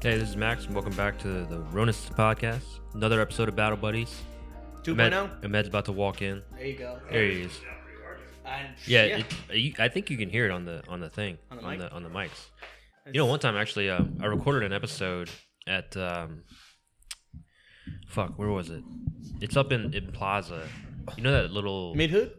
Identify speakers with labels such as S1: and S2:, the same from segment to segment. S1: Hey, this is Max, and welcome back to the Ronis Podcast. Another episode of Battle Buddies.
S2: 2.0.
S3: oh?
S1: Ahmed's about to walk in.
S2: There you go.
S1: There he is.
S2: And
S1: Yeah, It, you, I think you can hear it on the on the thing
S2: On the
S1: on
S2: mic?
S1: the, on the mics. You know, one time actually, uh, I recorded an episode at um, fuck, where was it? It's up in, in Plaza. You know that little
S2: mid hood.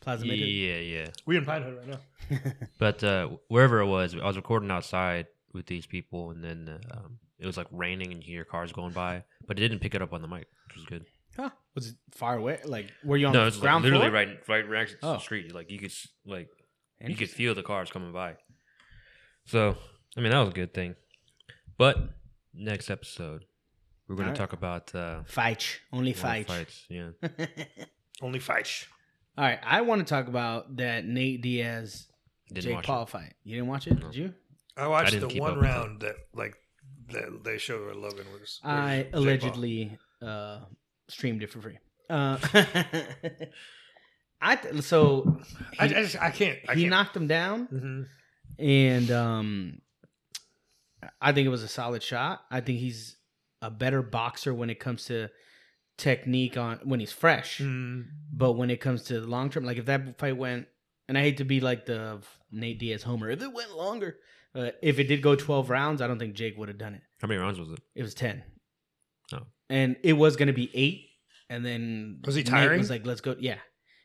S2: Plaza mid hood.
S1: yeah, yeah.
S3: We in Pine Hood right now.
S1: But uh, wherever it was, I was recording outside with these people, and then uh, um, it was like raining, and you hear cars going by, but it didn't pick it up on the mic, which was good.
S2: Huh. Was it far away? Like, were you on
S1: no,
S2: the
S1: it's like
S2: ground
S1: literally
S2: floor?
S1: right, right next to the
S2: Oh.
S1: street. Like you could, s- like you could
S2: Interesting.
S1: feel the cars coming by. So, I mean, that was a good thing. But next episode, we're going
S2: All
S1: to
S2: right.
S1: talk about uh,
S2: Fight. Only
S1: more
S2: fight.
S1: fights. Yeah,
S3: Only fights.
S2: All right. I want to talk about that Nate Diaz
S1: didn't
S2: Jake
S1: watch
S2: Paul
S1: it.
S2: fight. You didn't watch it,
S1: No.
S2: did you?
S3: I
S1: I
S3: watched
S1: didn't
S3: the
S1: keep up
S3: one
S1: with it.
S3: round that like that they showed where Logan was.
S2: I
S3: Jake Paul.
S2: allegedly uh, streamed it for free. Uh, I th- so
S3: I, I
S2: he-
S3: just I can't. I
S2: he
S3: can't.
S2: knocked him down.
S3: hmm
S2: and um I think it was a solid shot. I think he's a better boxer when it comes to technique on when he's fresh,
S3: Mm.
S2: but when it comes to the long term, like if that fight went, and I hate to be like the Nate Diaz homer, if it went longer, uh, if it did go twelve rounds, I don't think Jake would have done it.
S1: How many rounds was it?
S2: It was ten,
S1: Oh.
S2: and it was going to be eight, and then
S3: Was he
S2: Nate
S3: tiring?
S2: was like, "Let's go." Yeah,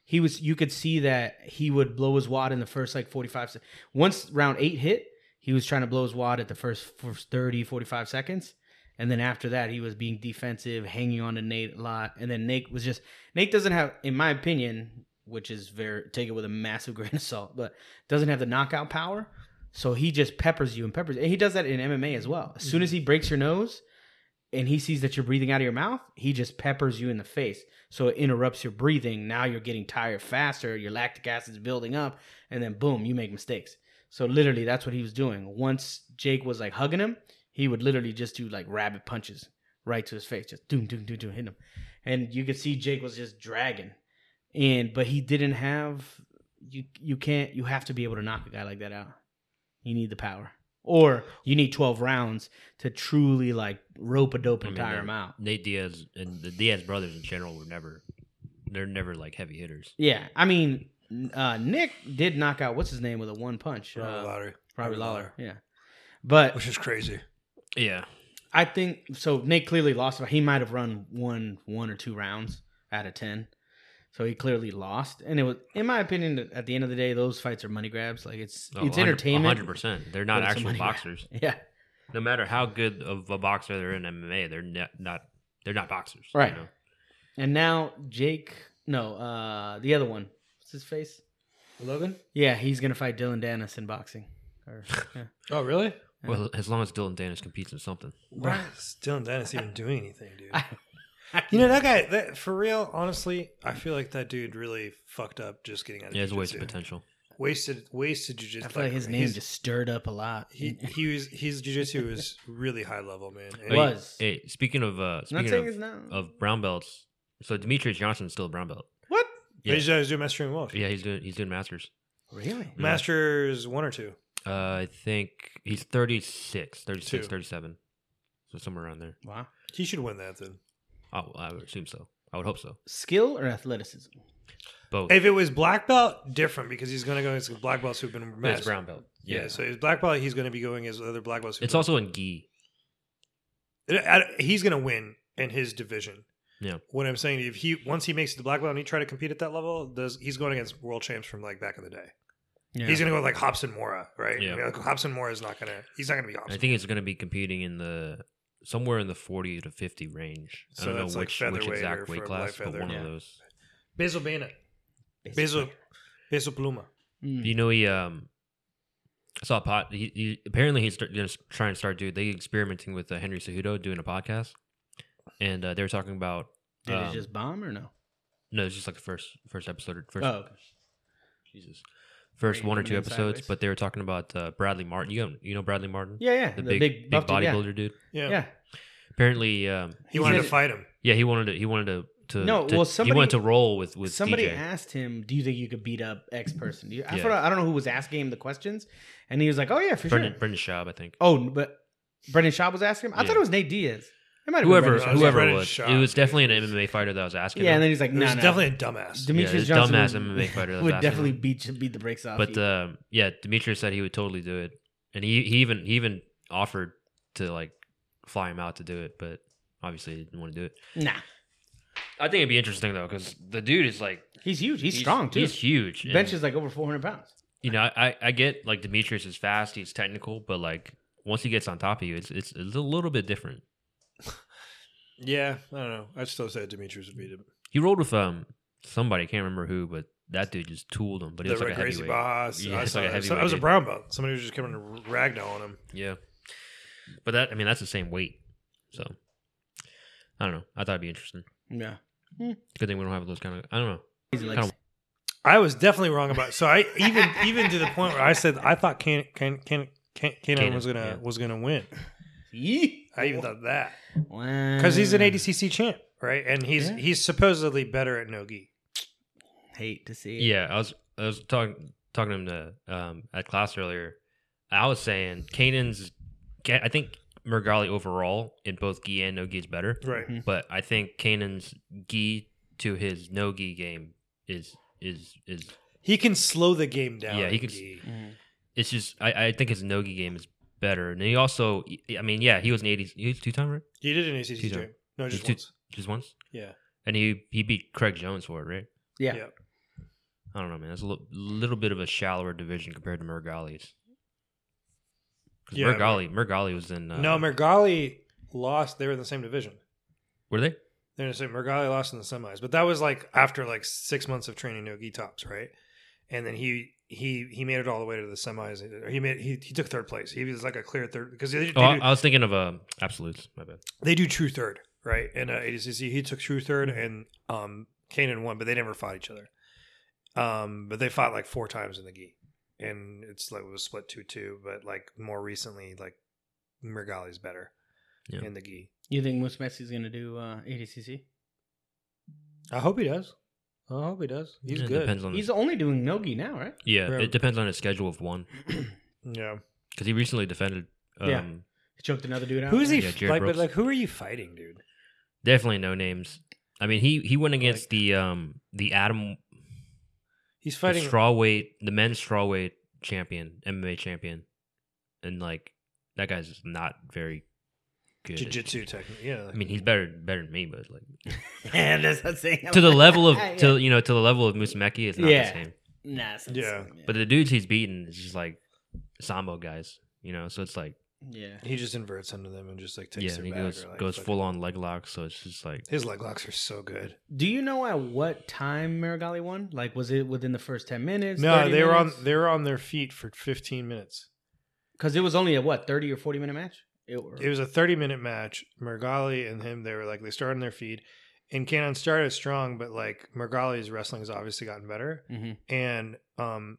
S2: he was. You could see that he would blow his wad in the first like forty-five. se- Once round eight hit, he was trying to blow his wad at the first, first 30, 45 seconds. And then after that, he was being defensive, hanging on to Nate a lot. And then Nate was just Nate doesn't have, in my opinion, which is very take it with a massive grain of salt, but doesn't have the knockout power. So he just peppers you and peppers, and he does that in MMA as well. As soon as he breaks your nose, and he sees that you're breathing out of your mouth, he just peppers you in the face. So it interrupts your breathing. Now you're getting tired faster. Your lactic acid's building up, and then boom, you make mistakes. So literally, that's what he was doing. Once Jake was like hugging him, he would literally just do like rabbit punches right to his face, just doom, doom, doom, doom, hitting him, and you could see Jake was just dragging, and but he didn't have you. You can't. You have to be able to knock a guy like that out. You need the power, or you need twelve rounds to truly like rope a dope
S1: I
S2: and
S1: mean,
S2: tire
S1: uh,
S2: him out.
S1: Nate Diaz and the Diaz brothers in general were never, they're never like heavy hitters.
S2: Yeah, I mean, uh, Nick did knock out what's his name with a one punch.
S3: Robert
S2: uh,
S3: Lowry,
S2: Robbie
S3: Robbie
S2: Lawler.
S3: Lawler.
S2: Yeah, but
S3: which is crazy.
S1: Yeah,
S2: I think so. Nate clearly lost. He might have run one, one or two rounds out of ten, so he clearly lost. And it was, in my opinion, at the end of the day, those fights are money grabs. Like it's it's entertainment.
S1: Oh, Hundred percent. They're not
S2: but it's a
S1: actual
S2: money grab.
S1: boxers.
S2: Yeah,
S1: No matter how good of a boxer they're in MMA, they're not, not they're not boxers.
S2: Right.
S1: You know?
S2: and now Jake, no, uh, the other one, what's his face?
S3: Logan.
S2: Yeah, he's gonna fight Dylan Dennis in boxing. Or, yeah.
S3: Oh really?
S2: Yeah.
S1: Well, as long as Dylan Danis competes in something,
S3: Why is Dylan Dennis even doing anything, dude?
S2: I-
S3: you know that guy. That for real, honestly, I feel like that dude really fucked up just getting out of
S1: yeah, it's a waste
S3: jiu-jitsu.
S1: of potential.
S3: Wasted, wasted jujitsu.
S2: I feel like his name
S3: he's-
S2: just stirred up a lot.
S3: He he was his jujitsu was really high level, man. And
S2: It was.
S1: Hey, speaking of uh,
S2: I'm not
S1: speaking
S2: saying
S1: of,
S2: it's not.
S1: of brown belts, so Demetrius Johnson's still a brown belt.
S2: what?
S1: Yeah.
S3: But he's always doing Master and Wolf.
S1: Yeah, he's doing he's doing masters.
S2: Really?
S1: Yeah.
S3: Masters one or two.
S1: Uh, I think he's 36, 36,
S3: Two.
S1: 37. so somewhere around there.
S2: Wow.
S3: He should win that then.
S1: I, I would assume so. I would hope so.
S2: Skill or athleticism?
S1: Both.
S3: If it was black belt, different because he's going to go against the black belts who've been
S1: No,
S3: messed.
S1: it's brown belt.
S3: Yeah. so his black belt, he's going to be going as other black belts. who've
S1: it's
S3: been-
S1: also in gi.
S3: I- I- he's going to win in his division.
S1: Yeah.
S3: What I'm saying, if he once he makes it to black belt and he try to compete at that level, does he's going against world champs from like back in the day?
S2: Yeah.
S3: He's going to go like Hobson Mora, right?
S1: Yeah.
S3: I mean, like, Hobson Mora is not going to. He's not going to be
S1: I
S3: Hobson.
S1: think it's going to be competing in the somewhere in the 40 to 50 range. I
S3: So
S1: don't know
S3: that's like
S1: which which
S3: featherweight or
S1: exact weight
S3: from
S1: class,
S3: light
S1: but
S3: feather.
S1: one of
S2: Yeah.
S1: those.
S3: Basil Bana,
S2: Basically.
S3: Basil, Basil Pluma.
S2: Mm.
S1: You know, he um, I saw a pot. He, he apparently he's start, gonna s- try and start doing. They experimenting with uh, Henry Cejudo doing a podcast, and uh, they were talking about.
S2: Did
S1: um,
S2: it just bomb or no?
S1: No, it's just like the first first episode. or First,
S2: Oh, okay.
S1: Jesus. first
S2: Brady
S1: one or
S2: coming
S1: two
S2: in
S1: episodes,
S2: sideways.
S1: but they were talking about uh, Bradley Martin. You know, you know Bradley Martin,
S2: Yeah, yeah.
S1: the, big big,
S2: buff dude, yeah.
S1: bodybuilder dude.
S3: Yeah.
S2: Yeah.
S1: Apparently, um,
S3: He
S2: He
S3: wanted to
S2: said-
S3: fight him.
S1: yeah, he wanted to he wanted to. To,
S2: No,
S1: to-
S2: well,
S1: he
S2: somebody-
S1: wanted to roll with with
S2: Somebody
S1: DJ.
S2: asked him, "Do you think you could beat up X person?" Do you, I,
S1: Yeah.
S2: forgot, I don't know who was asking him the questions, and he was like, "Oh yeah, for
S1: Brendan
S2: sure."
S1: Brendan Schaub, I think.
S2: Oh, but Brendan Schaub was asking him. I
S1: Yeah.
S2: thought it was Nate Diaz. It might have been
S1: whoever
S2: Brendan
S3: Brendan-
S2: Schaub.
S3: it was
S1: whoever
S3: Brendan
S1: it was, it
S3: Schaub.
S1: was definitely an MMA fighter that I was asking.
S2: Yeah, and
S1: him.
S2: then he's like,
S3: It
S2: "No,
S3: was
S2: no."
S3: definitely a dumbass.
S1: yeah,
S2: Demetrius
S1: this
S2: Johnson
S1: dumbass
S2: would-
S1: MMA fighter that I was asking
S2: would
S1: him.
S2: definitely beat beat the brakes off.
S1: But
S2: you.
S1: um, yeah, Demetrius said he would totally do it, and he, he even he even offered to like fly him out to do it, but obviously he didn't want to do it.
S2: nah,
S1: I think it'd be interesting though, because the dude is like
S2: he's huge. He's, strong too.
S1: He's huge.
S2: Bench
S1: and,
S2: is like over four hundred pounds.
S1: you know, I I get like Demetrius is fast, he's technical, but like once he gets on top of you, it's it's, it's a little bit different.
S3: Yeah, I don't know. I'd still say Demetrius would beat him.
S1: He rolled with um somebody, I can't remember who, but that dude just tooled him. But he
S3: the
S1: was like a
S3: crazy
S1: heavyweight.
S3: boss.
S1: Yeah,
S3: I
S1: it's
S3: saw
S1: like a
S3: that. So- I was a
S1: heavyweight
S3: brown belt. Somebody was just coming to ragdoll on him.
S1: Yeah. But that I mean that's the same weight. So I don't know. I thought it'd be interesting.
S2: Yeah,
S1: Good thing we don't have those kind of I don't know.
S2: he's like
S1: Kinda-
S3: I was definitely wrong about. So I even even to the point where I said I thought Can Can Can Can Kanan
S1: Kanan,
S3: was gonna
S1: yeah.
S3: was gonna win.
S2: Yee.
S3: I even thought that Mm.
S2: Wow.
S3: because he's an ADCC champ, right? And he's
S2: Yeah.
S3: he's supposedly better at no gi.
S2: Hate to see it.
S1: Yeah, I was I was talking talking to him to, um, at class earlier. I was saying Kanan's Ka- I think Mergali overall in both gi and no gi is better.
S3: Right.
S2: Mhm.
S1: But I think Kanan's gi to his no gi game is is is
S3: He can slow the game down.
S1: Yeah, he can-
S3: Gi.
S2: Mhm.
S1: it's just I, I think his no gi game is better. And he also I mean, yeah, he was an eighties he was two time right?
S3: He did an ACC
S1: He's a-
S3: champ. No,
S1: he's
S3: just
S1: too-
S3: once.
S1: Just once?
S3: Yeah.
S1: And he he beat Craig Jones for it, right?
S2: Yeah.
S3: Yeah.
S1: I don't know, man. That's a little, little bit of a shallower division compared to Mergali's. 'Cause
S3: Yeah,
S1: Mergali, Mergali was in. Uh,
S3: No, Mergali lost. They were in the same division.
S1: were they?
S3: They're in the same. Mergali lost in the semis, but that was like after like six months of training no gi tops, right? And then he he he made it all the way to the semis. He made he, he took third place. He was like a clear third because they, they,
S1: Oh, I,
S3: do,
S1: I was thinking of uh, absolutes. My bad.
S3: they do true third, right? And uh, ADCC he took true third,
S1: Mm-hmm.
S3: and um Kanan won, but they never fought each other. Um, but they fought like four times in the gi, and it's like it was split two two. But like more recently, like Mergali's better
S1: Yeah.
S3: in the gi.
S2: You think Moose Messi's gonna do uh, ADCC?
S3: I hope he does. I hope he does. He's
S1: Yeah, it
S3: good.
S1: Depends on
S2: He's
S1: his,
S2: only doing nogi now, right?
S1: yeah,
S3: Right.
S1: it depends on his schedule of one
S3: Yeah.
S1: because he recently defended. Um,
S2: Yeah. He choked another dude out.
S3: Who's he?
S1: Yeah,
S3: f-
S1: Jared
S3: like, but
S1: Brooks.
S3: like, who are you fighting, dude?
S1: Definitely no names. I mean, he he went against
S3: Like-
S1: the um the Adam
S3: He's
S1: the
S3: fighting.
S1: straw weight the men's straw weight champion MMA champion, and like that guy's not very good. at-
S3: Jiu-jitsu technique. Yeah.
S1: I mean, he's better better than me, but like
S2: yeah, that's what I'm saying.
S1: to the level of
S2: Yeah.
S1: to you know to the level of Musumeci, it's not
S2: Yeah.
S1: the same.
S2: Nah, it's not
S3: Yeah.
S2: something,
S1: But the dudes he's beaten is just like sambo guys, you know. So it's like
S2: yeah.
S3: he just inverts under them and just like takes
S1: yeah,
S3: their
S1: and he
S3: back.
S1: goes
S3: or, like,
S1: goes
S3: fucking-
S1: full on leg lock. So it's just like
S3: His leg locks are so good.
S2: Do you know at what time Marigali won? Like, was it within the first ten minutes?
S3: No, they were on they were on their feet for 15 minutes.
S2: because it was only a what thirty or forty minute match. It, were,
S3: It was a 30 minute match. Mergali and him, they were like they started on their feet, and Cannon started strong, but like Mergali's wrestling has obviously gotten better.
S2: Mhm.
S3: and um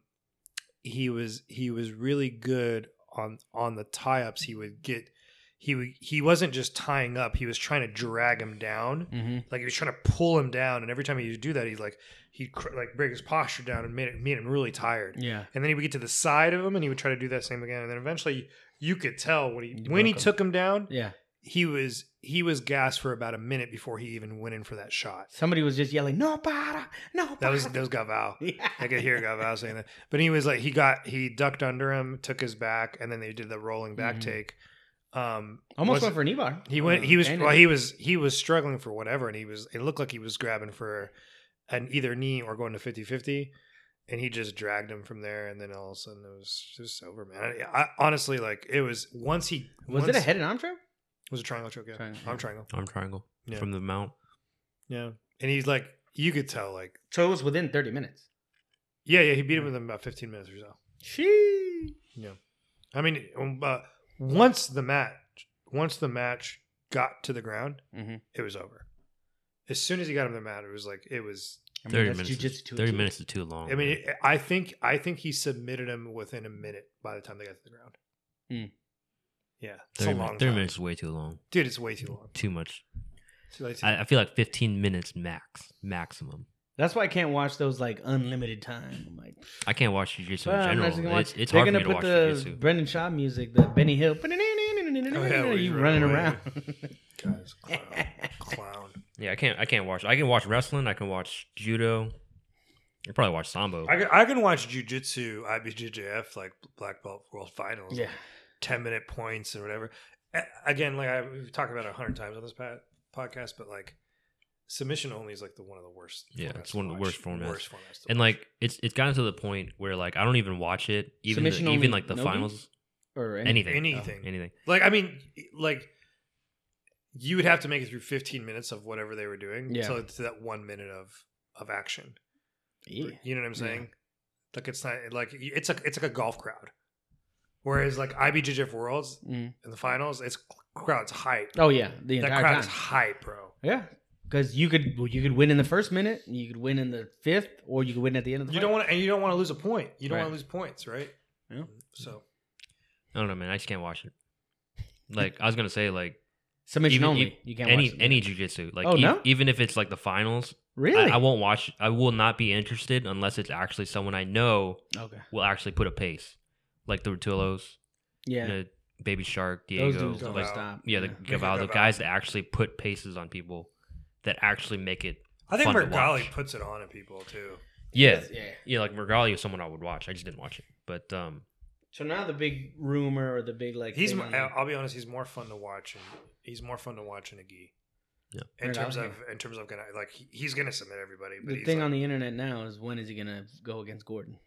S3: he was he was really good on on the tie-ups he would get he would, he wasn't just tying up he was trying to drag him down
S2: Mhm.
S3: like he was trying to pull him down and every time he would do that he'd like he'd cr- like break his posture down and made it made him really tired
S2: Yeah,
S3: and then he would get to the side of him and he would try to do that same again and then eventually you could tell when he
S2: You
S3: when he
S2: broke him.
S3: took him down
S2: yeah.
S3: he was he was gassed for about a minute before he even went in for that shot
S2: Somebody was just yelling, "No para, no."
S3: that was
S2: para."
S3: that was Gavau
S2: Yeah.
S3: I could hear Gavau saying that. But he was like, he got he ducked under him, took his back, and then they did the rolling back
S2: Mhm.
S3: take. Um,
S2: Almost
S3: was-
S2: went for an e-bar. Uh,
S3: He went. He was.
S2: And-
S3: Well, he was. He was struggling for whatever, and he was. It looked like he was grabbing for an either knee or going to 50-50. and he just dragged him from there. And then all of a sudden, it was just over, man. I, I honestly like it was once he
S2: was
S3: once,
S2: it a head and arm choke?
S3: it was a triangle choke, yeah,
S2: Triangle.
S3: arm triangle,
S1: arm triangle
S3: Yeah.
S1: from the mount.
S3: yeah. And he's like, you could tell, like,
S2: So it was within thirty minutes.
S3: yeah, yeah. He beat him in about fifteen minutes or so.
S2: She.
S3: I mean, um, uh, once the match, once the match got to the ground,
S2: Mhm.
S3: it was over. As soon as he got him the mat, it was like it was
S2: I mean,
S1: 30
S2: that's
S1: minutes.
S2: jujitsu
S1: Is,
S2: to a
S1: 30
S2: T.
S1: minutes is too long.
S3: I mean,
S1: man.
S3: I think I think he submitted him within a minute by the time they got to the ground.
S2: Mm.
S3: Yeah, it's a
S1: 30,
S3: long
S1: min- 30
S3: time.
S1: minutes is way too long.
S3: dude. It's way too long.
S1: Too much.
S3: It's way too-
S1: I, I feel like 15 minutes max, maximum.
S2: That's why I can't watch those like unlimited time. I'm like,
S1: I can't watch jujitsu in
S2: well, I'm not
S1: general.
S2: just gonna
S1: It's,
S2: watch-
S1: it's
S2: They're
S1: hard for
S2: gonna
S1: me to watch
S2: put the
S1: jujitsu. Oh,
S2: Brendan Shaw music, the Benny Hill.
S3: where he's
S2: you running
S3: running away.
S2: around.
S3: guys, clown. clown.
S1: Yeah, I can't. I can't watch. I can watch wrestling. I can watch judo. I probably watch sambo.
S3: I can, I can watch jujitsu, IBJJF, like black belt world finals,
S2: yeah.
S3: 10 minute points or whatever. A- Again, like I, we've talked about it a hundred times on this pa- podcast, but like submission only is like the one of the worst.
S1: Yeah,
S3: formats
S1: it's
S3: to
S1: one of the
S3: watch.
S1: worst formats.
S3: Worst formats to
S1: and
S3: watch.
S1: like it's it's gotten to the point where like I don't even watch it. Even the,
S2: Submission only
S1: even like the
S2: Nogi?
S1: finals,
S2: Or any,
S1: anything,
S3: Anything.
S1: Oh, anything.
S3: like, I mean, like you would have to make it through 15 minutes of whatever they were doing
S2: Yeah.
S3: to, to that one minute of, of action.
S2: Yeah.
S3: You know what I'm
S2: Yeah.
S3: saying? Like it's not like it's a it's like a golf crowd. Whereas like IBJJF Worlds
S2: Mm.
S3: in the finals, it's crowd's hype.
S2: Oh yeah, the
S3: that
S2: entire
S3: crowd
S2: time.
S3: is hype, bro.
S2: Yeah, because you could well, you could win in the first minute, and you could win in the fifth, or you could win at the end of the.
S3: You
S2: fight.
S3: don't want to, and you don't want to lose a point. You don't
S2: Right.
S3: want to lose points, right?
S2: Yeah.
S3: So
S1: I don't know, man. I just can't watch it. Like I was gonna say, like
S2: submission
S1: even-
S2: only.
S1: even-
S2: you can't
S1: any
S2: watch it.
S1: any jujitsu, like
S2: Oh,
S1: e-
S2: no?
S1: even if it's like the finals,
S2: really
S1: I, I won't watch. I will not be interested unless it's actually someone I know
S2: okay
S1: will actually put a pace, like the Rutulos,
S2: yeah
S1: you know, Baby Shark, Diego.
S2: those dudes don't
S1: like,
S3: Gavao.
S2: stop
S1: yeah, the
S3: a
S1: Gavao, the
S3: Gavao.
S1: guys that actually put paces on people, that actually make it.
S3: I think
S1: Fun to
S3: Mergali
S1: watch.
S3: puts it on at people too.
S1: Yeah,
S2: yeah.
S1: yeah. Like Mergali is someone I would watch. I just didn't watch it, but um,
S2: So now the big rumor or the big like
S3: He's
S2: thing
S3: m-
S2: on the-
S3: I'll be honest, he's more fun to watch. And he's more fun to watch in a gi.
S1: Yeah.
S3: In
S2: Mergali,
S3: terms of
S2: yeah.
S3: in terms of gonna like he- he's gonna submit everybody. But
S2: the
S3: he's
S2: thing
S3: like-
S2: on the internet now is when is he gonna go against Gordon?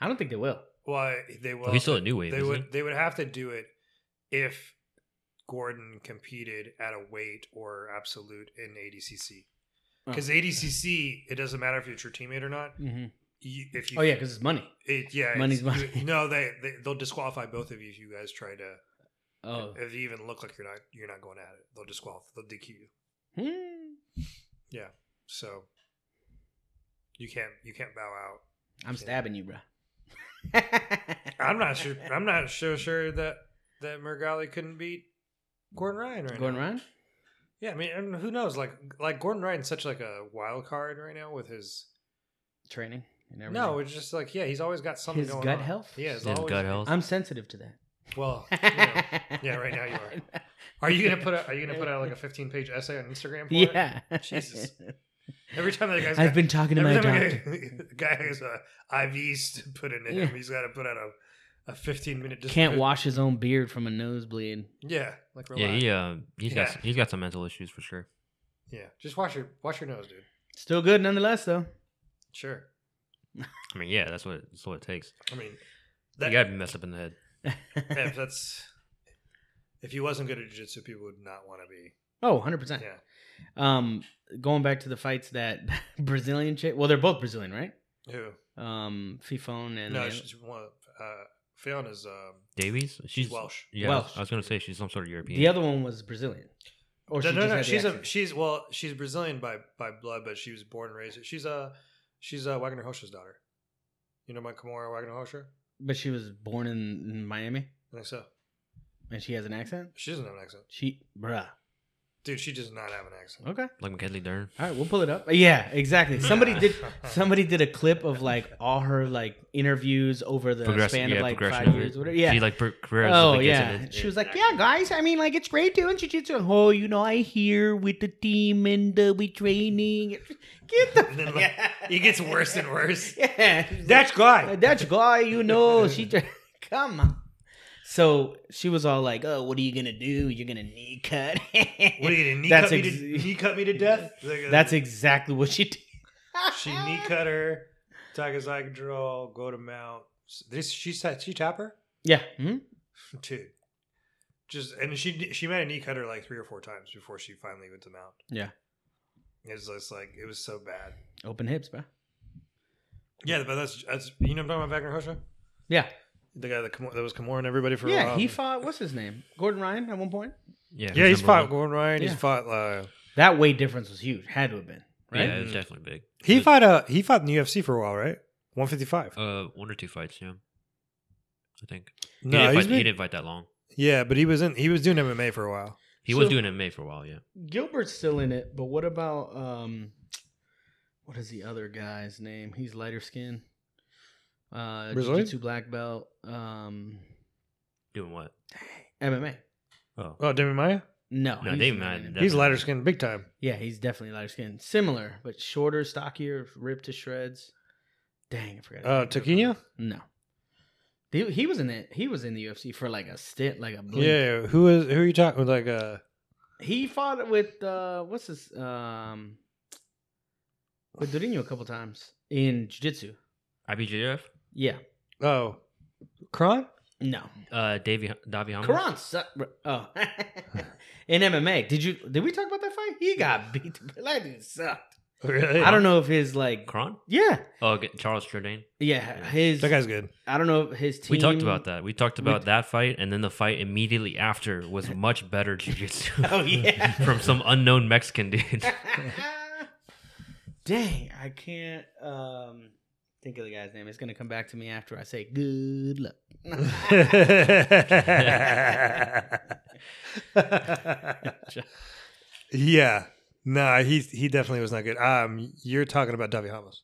S2: I don't think they will.
S3: Well,
S2: Oh,
S3: they will.
S1: he's still a new wave.
S3: They
S1: isn't
S3: would
S1: he?
S3: they would have to do it if Gordon competed at a weight or absolute in ADCC.
S2: Oh.
S3: Because ADCC, it doesn't matter if it's your teammate or not.
S2: Mhm.
S3: You, if you,
S2: Oh yeah, because it's money.
S3: it, yeah,
S2: money's
S3: it's-
S2: money.
S3: you- no, they, they they'll disqualify both of you if you guys try to.
S2: Oh,
S3: If you even look like you're not you're not going at it, they'll disqualify. They'll DQ you.
S2: Hmm.
S3: So you can't you can't bow out.
S2: I'm stabbing you, bro.
S3: I'm not sure. I'm not so sure that that Mergali couldn't beat Gordon Ryan right
S2: Gordon
S3: now.
S2: Ryan.
S3: Yeah, I mean, and who knows? Like, like Gordon Ryan's such like a wild card right now with his.
S2: training and everything.
S3: No, it's just like yeah, he's always got something
S2: His
S3: going
S2: gut
S3: on.
S2: health?
S3: Yeah, his
S1: His
S3: always,
S1: gut health.
S2: I'm sensitive to that.
S3: Well, you know, yeah, right now you are. are you gonna put a, Are you gonna put out like a fifteen page essay on Instagram? For It?
S2: Yeah.
S3: Jesus. Every time that guy's.
S2: I've
S3: got-
S2: been talking to my
S3: every time
S2: doctor.
S3: a guy, guy has a IVs to put into
S2: Yeah.
S3: him. He's got to put out a, a fifteen minute. dis-
S2: Can't wash his own beard from a nosebleed.
S3: Yeah, like relax.
S1: Yeah, he uh, he's got
S3: Yeah.
S1: some- he's got some mental issues for sure.
S3: yeah. Just wash your wash your nose, dude.
S2: Still good nonetheless, though.
S3: Sure.
S1: I mean, yeah, that's what that's what it takes.
S3: I mean,
S1: you gotta be messed up in the head.
S3: Yeah, if that's if he wasn't good at jiu-jitsu people would not want to be
S2: oh, 100%.
S3: yeah
S2: Um, going back to the fights that Brazilian chick, well, they're both Brazilian, right?
S3: who
S2: Um, Fifone and
S3: no
S2: the-
S3: she's one uh fiona's um
S1: Davies, she's
S3: she's welsh
S1: Yeah, I was-
S2: Welsh.
S1: I was gonna say she's some sort of European.
S2: the other one was Brazilian. Or
S3: no,
S2: Oh, she
S3: no,
S2: just
S3: no,
S2: had the
S3: she's a
S2: accent.
S3: she's well she's brazilian by by blood but she was born and raised she's a she's a wagner hosha's daughter you know my Kimura wagner hosha
S2: but she was born in, in Miami
S3: i think so
S2: and she has an accent.
S3: she doesn't have an accent
S2: She, bruh.
S3: dude she does not have an accent
S2: Okay.
S1: like McKinley Dern.
S2: All right, we'll pull it up. Yeah, exactly. Somebody did. Somebody did a clip of like all her like interviews over the
S1: Progress-
S2: span of
S1: yeah,
S2: like
S1: progression of
S2: five
S1: it.
S2: years, whatever. Yeah.
S1: She like per- career.
S2: oh yeah. She was like, yeah, guys. I mean, like it's great doing jujitsu. Oh, you know, I here with the team and uh, we training. Get the.
S3: And then, like, it gets worse and worse
S2: Yeah.
S3: that's guy
S2: Uh, That guy, you know, she dr- come on. So she was all like, "Oh, what are you gonna do? You're gonna knee cut."
S3: what are you gonna knee
S2: That's
S3: cut me
S2: ex-
S3: to knee cut me to death Like, uh,
S2: That's exactly what she did.
S3: She knee cut her. Tiger's eye control. Go to mount. This she said she tap her,
S2: Yeah. Hmm?
S3: dude. Just and she she might have knee cut her like three or four times before she finally went to mount.
S2: Yeah.
S3: It was just like it was so bad.
S2: Open hips, bro.
S3: Yeah, but that's that's you know what I'm talking about Wagner Hosha,
S2: Yeah.
S3: the guy that Kimura- that was Kimura everybody for a
S2: yeah,
S3: while.
S2: he fought. What's his name? Gordon Ryan at one point.
S1: yeah,
S3: Yeah, he's
S1: number
S3: fought
S1: one.
S3: Gordon Ryan.
S2: Yeah.
S3: He's fought. Uh,
S2: That weight difference was huge. Had to have been right?
S1: Yeah, it was definitely big.
S3: He
S1: It was,
S3: fought a he fought in the UFC for a while, right? One fifty five.
S1: uh one or two fights. Yeah, I think. He,
S3: no,
S1: didn't
S3: he's
S1: fight,
S3: been-
S1: he didn't fight that long.
S3: yeah, but he was in he was doing MMA for a while.
S1: He was
S2: So-
S1: doing MMA for a while. Yeah,
S2: Gilbert's still in it, but what about um, what is the other guy's name? He's lighter skin. Uh,
S3: Brazilian?
S2: jiu-jitsu black belt. Um,
S1: doing what?
S2: MMA.
S1: Oh,
S3: Oh, Demi Maya,
S2: No,
S1: No,
S2: he's
S1: Dave
S2: not
S1: Matt-
S2: in it.
S1: that-
S3: he's
S1: Definitely.
S3: lighter skinned, big time.
S2: Yeah, he's definitely lighter skin. Similar, but shorter, stockier, ripped to shreds. Dang, I forgot. his
S3: Uh,
S2: name.
S3: Taquinha,
S2: No, he, he was in it. He was in the UFC for like a stint, like a blink.
S3: yeah. Who is who are you talking? Like uh,
S2: He fought with uh, what's his um, with Durinho a couple times in jiu-jitsu.
S1: IBJJF.
S2: Yeah,
S3: oh, Kron.
S2: no,
S1: Uh, Davy Davi Hamas.
S2: Karan. Su- oh, in MMA, did you did we talk about that fight? He got beat. That dude sucked.
S3: Really?
S2: I don't know if his like,
S1: Kron?
S2: yeah,
S1: Oh, okay, Charles Jourdain.
S2: yeah, his.
S3: That guy's good.
S2: I don't know if his team.
S1: We talked about that. We talked
S2: We-
S1: about that fight, and then the fight immediately after was much better jiu-jitsu.
S2: Oh, yeah.
S1: from some unknown Mexican dude.
S2: Dang, I can't um think of the guy's name. It's gonna come back to me after I say good luck.
S3: yeah. Nah, he he definitely was not good. Um, you're talking about Davi Hamos.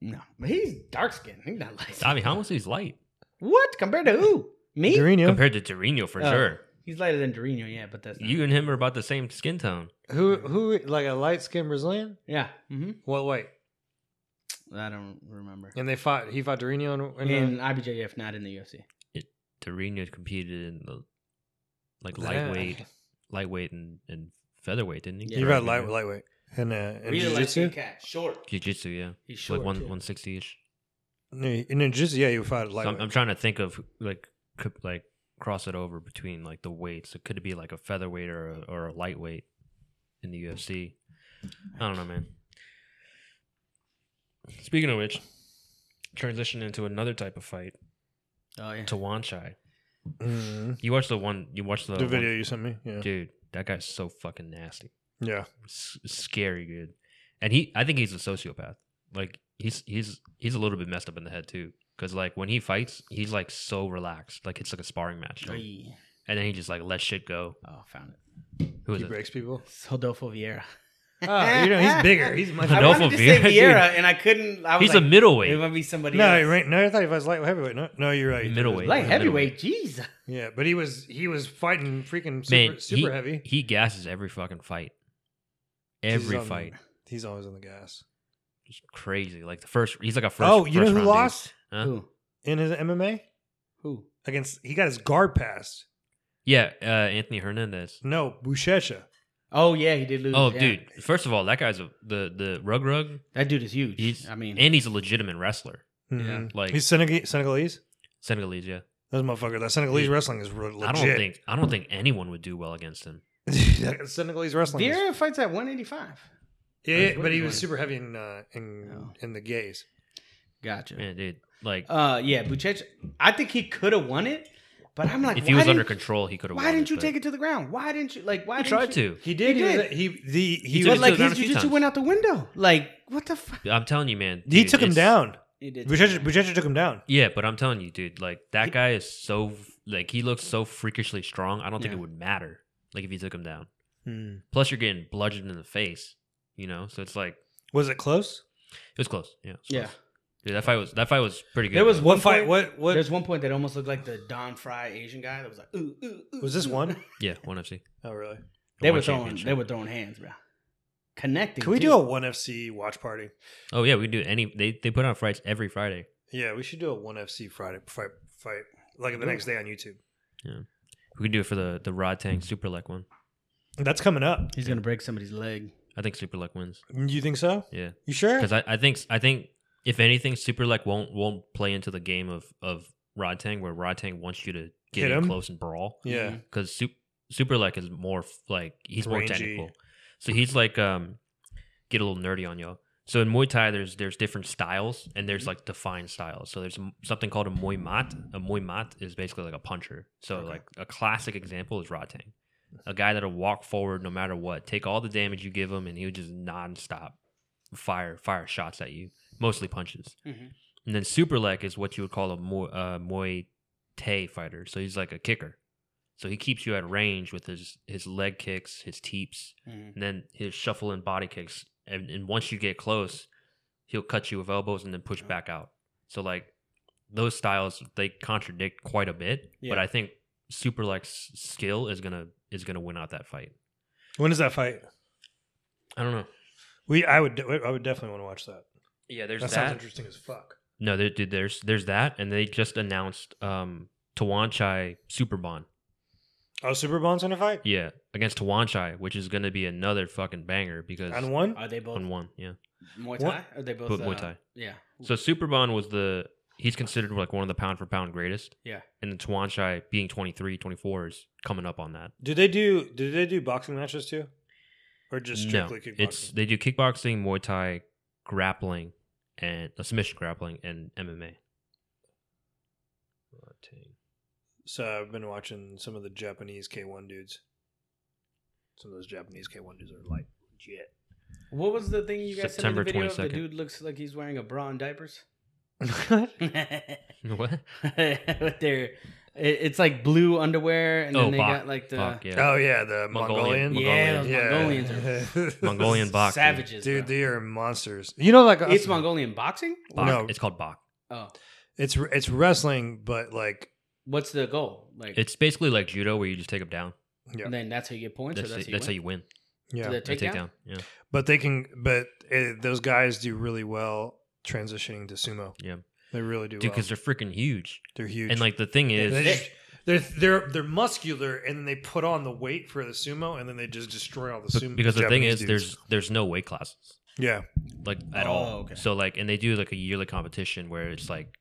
S2: no, but he's dark skinned. He's not light.
S1: Davi Hamas, he's light
S2: What compared to who? Me?
S3: Mourinho.
S1: compared to Torino for
S2: Oh,
S1: sure.
S2: He's lighter than Dorino, yeah, but that's not
S1: You and him are about the same skin tone.
S3: who who like a light skinned Brazilian?
S2: Yeah. hmm
S3: What white?
S2: I don't remember.
S3: And they fought. He fought Dorino in, uh, in
S2: In IBJJF, not in the UFC.
S1: Torino competed in the like lightweight, lightweight and, and featherweight, didn't he?
S2: Yeah.
S3: He
S2: You
S3: fought light, lightweight and uh, in
S2: Really light
S3: jiu-jitsu.
S2: skinned cat, short.
S1: Jiu-jitsu, yeah,
S2: He's short.
S1: like one
S2: too.
S1: one sixty ish.
S3: No, in jiu-jitsu, yeah, you fought
S1: So
S3: lightweight.
S1: I'm, I'm trying to think of like could, like cross it over between like the weights. It could be like a featherweight or a, or a lightweight in the UFC. I don't know, man. Speaking of which, transition into another type of fight
S2: Oh yeah.
S1: to Wanchai.
S3: Mhm.
S1: You watched the one. You watched the,
S3: The
S1: one-
S3: video you sent me, yeah,
S1: dude. That guy's so fucking nasty.
S3: yeah.
S1: S- scary good. And he, I think he's a sociopath. Like he's he's he's a little bit messed up in the head too. Cause like when he fights, he's like so relaxed. Like it's like a sparring match. right?
S2: Oy.
S1: And then he just like lets shit go.
S2: Oh, found it.
S1: Who is
S3: he
S1: it?
S3: breaks people.
S2: Rodolfo Vieira.
S3: Oh, you know he's bigger. He's much.
S2: I
S1: Rodolfo
S2: wanted to say
S1: Vieira, dude.
S2: Vieira, and I couldn't. I was
S1: He's
S2: like,
S1: a middleweight.
S2: It might be somebody
S3: No,
S2: else.
S3: you're right. No, I thought he was light heavyweight. No, no, you're right.
S1: Middleweight.
S2: Light
S1: Middleweight.
S2: heavyweight, jeez.
S3: Yeah, but he was he was fighting freaking super,
S1: Man,
S3: super
S1: he,
S3: heavy.
S1: He gasses every fucking fight.
S3: He's
S1: Every
S3: on-
S1: fight.
S3: he's always on the gas.
S1: It's crazy. Like the first, he's like a first.
S3: oh, you know
S1: first round
S3: who
S1: dude.
S3: lost
S1: Huh?
S2: Who?
S3: in his MMA
S2: Who?
S3: against? He got his guard passed.
S1: Yeah, uh, Anthony Hernandez.
S3: No, Buchecha.
S2: Oh yeah, he did lose.
S1: Oh,
S2: yeah.
S1: dude! First of all, that guy's a, the the rug rug,
S2: that dude is huge.
S1: He's-
S2: I mean,
S1: and he's a legitimate wrestler.
S2: Yeah.
S3: Mhm.
S1: Like
S3: he's Senegal- Senegalese.
S1: Senegalese, yeah.
S3: That motherfucker. That Senegalese
S1: He-
S3: wrestling is re- legit.
S1: I don't think I don't think anyone would do well against him.
S3: think Senegalese wrestling. Is,
S2: Vieira fights at 185.
S3: yeah,
S2: That's
S3: yeah,
S2: what
S3: but he
S2: he
S3: was
S2: was.
S3: super heavy in uh, in
S2: Oh.
S3: in the gays.
S2: Gotcha.
S1: Man, dude, like
S2: Uh, yeah, Buchech. I think he could have won it, but I'm like,
S1: if
S2: why
S1: he was
S2: didn't-
S1: under control, he could have.
S2: Why didn't you take it to the ground? Why didn't you like? Why
S1: He
S2: didn't
S1: tried
S2: you?
S1: to.
S3: He did.
S2: He
S3: He,
S2: did.
S3: did. he the he,
S1: He
S2: But
S1: took
S3: was
S1: it
S2: like
S1: to the ground
S2: his
S1: a few
S2: jujitsu
S1: times.
S2: went out the window. Like what the fuck?
S1: I'm telling you, man.
S3: he
S1: dude,
S3: took him
S1: it's-
S3: down.
S2: He did.
S3: Buchecha, Buchecha took him down.
S1: Yeah, but I'm telling you, dude, like
S3: He-
S1: that guy is so like he looks so freakishly strong. I don't think
S2: Yeah.
S1: it would matter like if you took him down.
S3: Hmm.
S1: Plus, you're getting bludgeoned in the face, you know. So it's like it
S3: Was it close?
S1: was close. Yeah, it was
S2: Yeah.
S1: close. Dude, that fight was that fight was pretty good.
S2: There was
S1: man.
S2: one
S3: What fight?
S2: point-
S3: What what
S2: There's one point that almost looked like the Don Fry Asian guy that was like, ooh, ooh, ooh.
S3: was this
S2: ooh.
S3: one?
S1: yeah one FC.
S3: Oh really?
S2: They
S1: One
S2: were throwing. They
S1: championship.
S2: were throwing hands, bro. Connecting.
S3: Can we
S2: too.
S3: do a one FC watch party?
S1: Oh yeah, we can do any. They they put on fights every Friday.
S3: Yeah, we should do a one FC Friday fight fight like the
S2: Ooh.
S3: next day on YouTube.
S1: We can do it for the the Rod Tang Superlek one.
S3: That's coming up.
S2: He's gonna break somebody's leg.
S1: I think Superlek wins.
S3: You think so?
S1: Yeah.
S3: You sure?
S1: because I, I think I think if anything, Super Lek won't won't play into the game of of Rod Tang where Rod Tang wants you to get
S3: Hit
S1: in
S3: him.
S1: close and brawl
S3: yeah.
S2: Mhm.
S1: because Sup Super Lek is more f- like he's more
S3: Rangy.
S1: technical, so he's like um get a little nerdy on y'all. So in Muay Thai, there's there's different styles and there's like defined styles. So there's m- something called a Muay Mat. A Muay Mat is basically like a puncher. So
S2: Okay.
S1: like a classic example is Rod Tang, a guy that'll walk forward no matter what, take all the damage you give him, and he'll just nonstop fire fire shots at you, mostly punches.
S2: Mhm.
S1: And then Superlek is what you would call a Muay, uh, Muay Thai fighter. So he's like a kicker. So he keeps you at range with his his leg kicks, his teeps,
S2: Mhm.
S1: and then his shuffle and body kicks. And, and once you get close, he'll cut you with elbows and then
S3: Uh-huh.
S1: push back out. So like those styles, they contradict quite a bit. But
S2: Yeah.
S1: I think Superlek's skill is gonna is gonna win out that fight.
S3: When is that fight?
S1: I don't know.
S3: We I would de- I would definitely want to watch that.
S1: Yeah, there's
S3: that sounds interesting as fuck.
S1: No, there, dude, there's there's that, and they just announced um Tawanchai Superbon.
S3: Oh, Super Bond's gonna fight
S1: Yeah, against Tawanchai, which is going to be another fucking banger because
S3: on one.
S2: Are they both
S1: on one, yeah.
S2: Muay
S3: What?
S2: Thai? Are they both
S1: Both
S2: uh,
S1: Muay Thai.
S2: Yeah.
S1: So Superbon was the he's considered like one of the pound for pound greatest.
S2: Yeah.
S1: And then Tawanchai being 23, 24 is coming up on that.
S3: Do they do do they do boxing matches too, or just strictly
S1: no,
S3: kickboxing?
S1: it's they do kickboxing, Muay Thai, grappling, and uh, submission grappling and MMA.
S3: so I've been watching some of the Japanese K one dudes. Some of those Japanese K one dudes are like legit.
S2: What was the thing you guys
S1: September
S2: said in the video? of The
S1: 22nd.
S2: dude looks like he's wearing a bra and diapers.
S1: What?
S2: With their, it, it's like blue underwear, and then
S1: Oh,
S2: they
S1: bok-
S2: got like the
S1: Fuck yeah.
S3: Oh yeah, the
S1: Mongolian.
S3: Mongolian.
S2: yeah, those
S3: Yeah.
S2: Mongolians are
S1: Mongolian boxing.
S2: savages,
S3: Dude,
S2: bro.
S3: they are monsters. You know, like
S2: It's Mongolian boxing.
S1: Bok.
S3: No.
S1: It's called Bok.
S2: Oh,
S3: It's it's wrestling, but like
S2: what's the goal? Like,
S1: It's basically like judo where you just take them down.
S3: yeah,
S2: and then that's how you get points.
S1: That's,
S2: or
S1: that's,
S2: that's,
S1: that's how
S2: how you
S1: you win.
S3: yeah.
S2: win?
S1: They
S2: To the
S1: take
S2: takedown.
S1: down. Yeah.
S3: But they can. But it, those guys do really well transitioning to sumo.
S1: Yeah.
S3: they really do.
S1: Dude,
S3: well.
S1: because they're freaking huge.
S3: they're huge.
S1: And like the thing
S3: And
S1: is,
S3: they
S2: thick.
S3: just- they're they're they're muscular, and then they put on the weight for the sumo, and then they just destroy all the
S1: b-
S3: sumo.
S1: because the thing
S3: Japanese
S1: is,
S3: dudes.
S1: there's there's no weight classes
S3: yeah,
S1: like at
S2: Oh,
S1: all.
S2: okay.
S1: So like, and they do like a yearly competition where it's like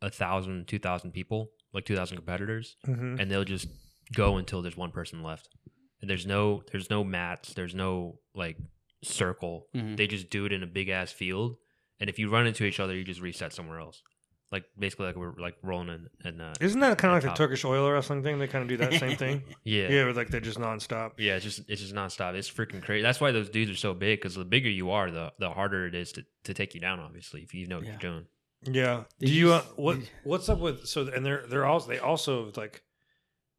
S1: a thousand, two thousand people, like two thousand competitors,
S3: Mhm.
S1: and they'll just go until there's one person left. And there's no there's no mats, there's no like circle.
S3: Mm.
S2: Mhm.
S1: They just do it in a big ass field, and if you run into each other, you just reset somewhere else. Like basically, like we're like rolling in, and uh,
S3: isn't that
S1: Yeah,
S3: kind of like the
S1: top.
S3: Turkish oil wrestling thing? They kind of do that same thing.
S1: yeah,
S3: yeah. where, like they're just nonstop.
S1: Yeah, it's just it's just nonstop. It's freaking crazy. That's why those dudes are so big because the bigger you are, the the harder it is to, to take you down. Obviously, if you know what
S2: Yeah.
S1: you're doing.
S3: Yeah.
S2: Did
S3: do
S2: you
S3: you uh,
S2: s-
S3: what
S2: did-
S3: what's up with so and they're they're also they also like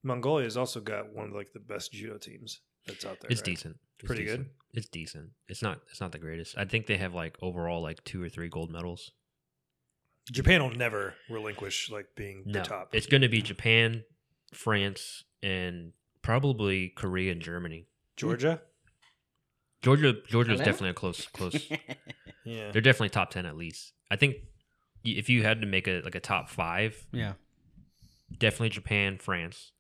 S3: Mongolia's also got one of like the best judo teams that's out there.
S1: It's
S3: right?
S1: decent. It's
S3: Pretty
S1: decent.
S3: good.
S1: It's decent. It's not it's not the greatest. I think they have like overall like two or three gold medals.
S3: Japan will never relinquish like being
S1: No,
S3: the top.
S1: it's going to be Japan, France, and probably Korea and Germany.
S3: Georgia.
S1: Georgia Georgia is
S2: Hello?
S1: definitely a close close.
S3: Yeah.
S1: They're definitely top ten at least. I think y- if you had to make a like a top five,
S2: yeah.
S1: definitely Japan, France,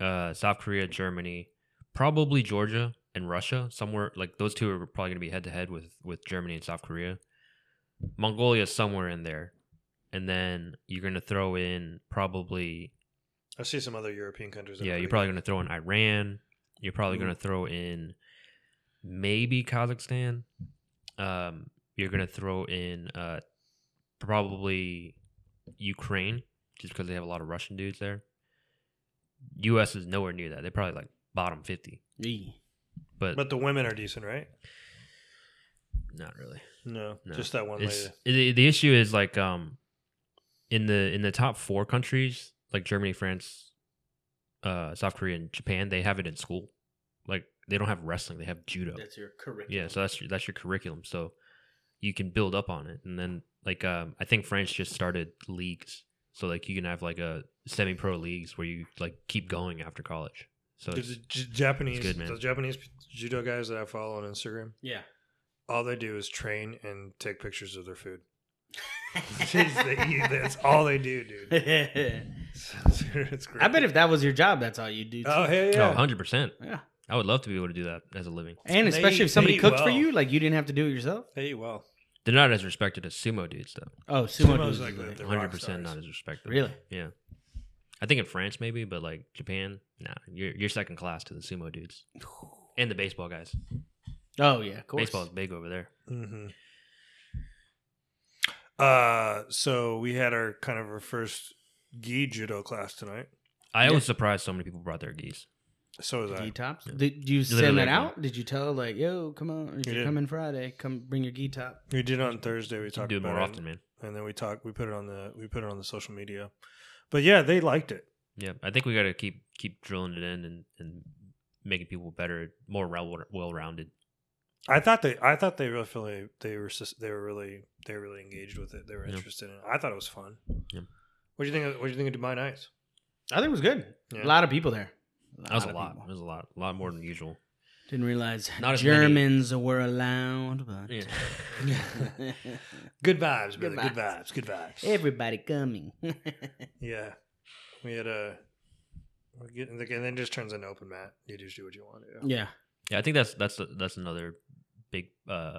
S1: uh, South Korea, Germany, probably Georgia and Russia. Somewhere like those two are probably going to be head to head with with Germany and South Korea. Mongolia is somewhere in there, and then you're going to throw in probably
S3: I see some other European countries. that are
S1: yeah, you're
S3: pretty
S1: probably going to throw in Iran. You're probably going to throw in maybe Kazakhstan. Um, you're going to throw in uh, probably Ukraine, just because they have a lot of Russian dudes there. U.S. is nowhere near that. They're probably like bottom fifty,
S2: Yee.
S1: but,
S3: good. But the women are decent, right?
S1: not really.
S3: No,
S1: No.
S3: just that one
S1: It's, the,
S3: lady.
S1: the issue is like um, in the in the top four countries like Germany, France, uh, South Korea, and Japan, they have it in school. Like they don't have wrestling; they have judo.
S2: That's your curriculum.
S1: Yeah, so that's your, that's your curriculum. So you can build up on it, and then like um, I think France just started leagues, so like you can have like a semi-pro leagues where you like keep going after college. So
S3: The,
S1: it's,
S3: the J- Japanese,
S1: good, man.
S3: the Japanese judo guys that I follow on Instagram,
S2: Yeah.
S3: all they do is train and take pictures of their food. They eat- that's all they do,
S2: E
S3: dude. it's great.
S2: I bet if that was your job, that's all you do. too.
S3: Oh hell
S1: oh,
S3: yeah!
S1: 100 percent.
S2: Yeah.
S1: I would love to be able to do that as a living.
S2: And
S3: They
S2: especially
S3: eat-
S2: if somebody
S3: they eat
S2: cooked for
S3: well.
S2: you, like you didn't have to do it yourself.
S3: They eat well.
S1: They're not as respected as sumo dudes though.
S2: Oh, sumo dudes
S3: Sumo's like
S2: is
S3: the-
S2: like-
S3: the- They're rock
S1: 100 percent
S3: stars.
S1: not as respected.
S2: Really?
S1: Yeah. I think in France maybe, but like Japan, nah, you're you're second class to the sumo dudes and the baseball guys.
S2: Oh yeah, of course.
S1: Baseball's big over there.
S3: Mm-hmm. Uh, so we had our kind of our first gi judo class tonight.
S1: I
S2: Yeah.
S1: was surprised so many people brought their geese.
S3: So was
S2: Gi
S3: I.
S2: tops.
S1: Yeah.
S2: Did you send
S1: Literally,
S2: that
S1: yeah.
S2: out? Did you tell like, yo, come on, if
S3: We
S2: you
S3: did.
S2: come in Friday, come bring your gi top.
S3: We did it on Thursday. We
S1: You
S3: talked
S1: do it
S3: about
S1: more
S3: it,
S1: often, man.
S3: and then we talked. We put it on the we put it on the social media. But yeah, they liked it.
S1: Yeah, I think we got to keep keep drilling it in and, and making people better, more well rounded.
S3: I thought they I thought they really really they were sus- they were really they were really engaged with it. They were
S1: Yeah.
S3: interested in it. I thought it was fun.
S1: Yeah.
S3: What do you think? Of, what do you think of Dubai Nights?
S2: I think it was good.
S3: Yeah.
S2: A lot of people there.
S1: That was a
S2: of
S1: lot. That
S2: people.
S1: was a lot, a lot more than usual.
S2: Didn't realize
S1: Not as many-
S2: Germans were allowed, but
S1: Yeah.
S3: Good vibes,
S2: Good
S3: brother. Good
S2: vibes.
S3: vibes. Good vibes.
S2: everybody coming.
S3: yeah, we had a. we're Getting, and then it just turns into open mat. You just do what you want to. do.
S2: yeah,
S1: yeah, I think that's that's that's another big uh,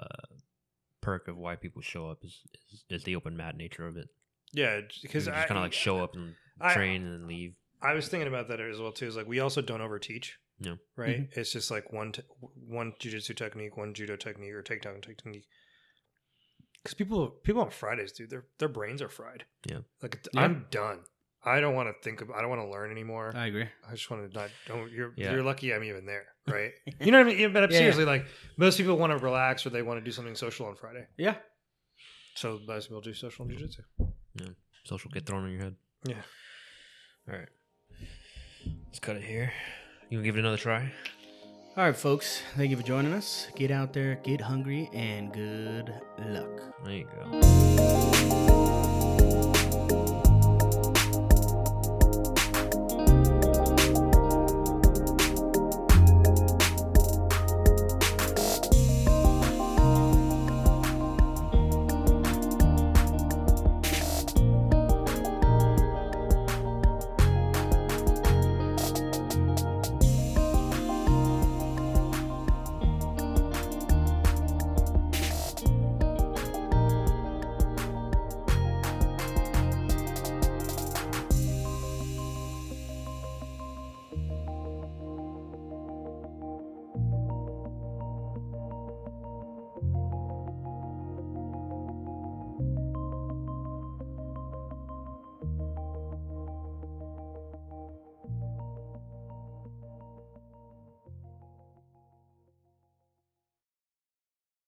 S1: perk of why people show up is is, is the open mat nature of it.
S3: Yeah,
S1: You
S3: because
S1: just kind of like show up and
S3: I-
S1: train and then leave.
S3: I was thinking about that as well too. Is like we also don't overteach.
S1: No.
S3: Right.
S2: Mm-hmm.
S3: It's just like one t- one jujitsu technique, one judo technique, or takedown technique. Because people people on Fridays, dude, their their brains are fried.
S1: Yeah.
S3: Like it's-
S2: Yeah.
S3: I'm done. I don't want to think. Of, I don't want to learn anymore.
S2: I agree.
S3: I just want to not. Don't. You're
S1: Yeah.
S3: you're lucky I'm even there. Right. you know what I mean. Yeah, But I'm
S2: Yeah.
S3: seriously, like most people want to relax or they want to do something social on Friday.
S2: Yeah,
S3: So most people do social and jujitsu.
S1: Social get thrown on your head.
S3: Yeah.
S1: All right. Let's cut it here. You gonna give it another try?
S2: All right, folks. Thank you for joining us. Get out there, get hungry, and good luck.
S1: There you go.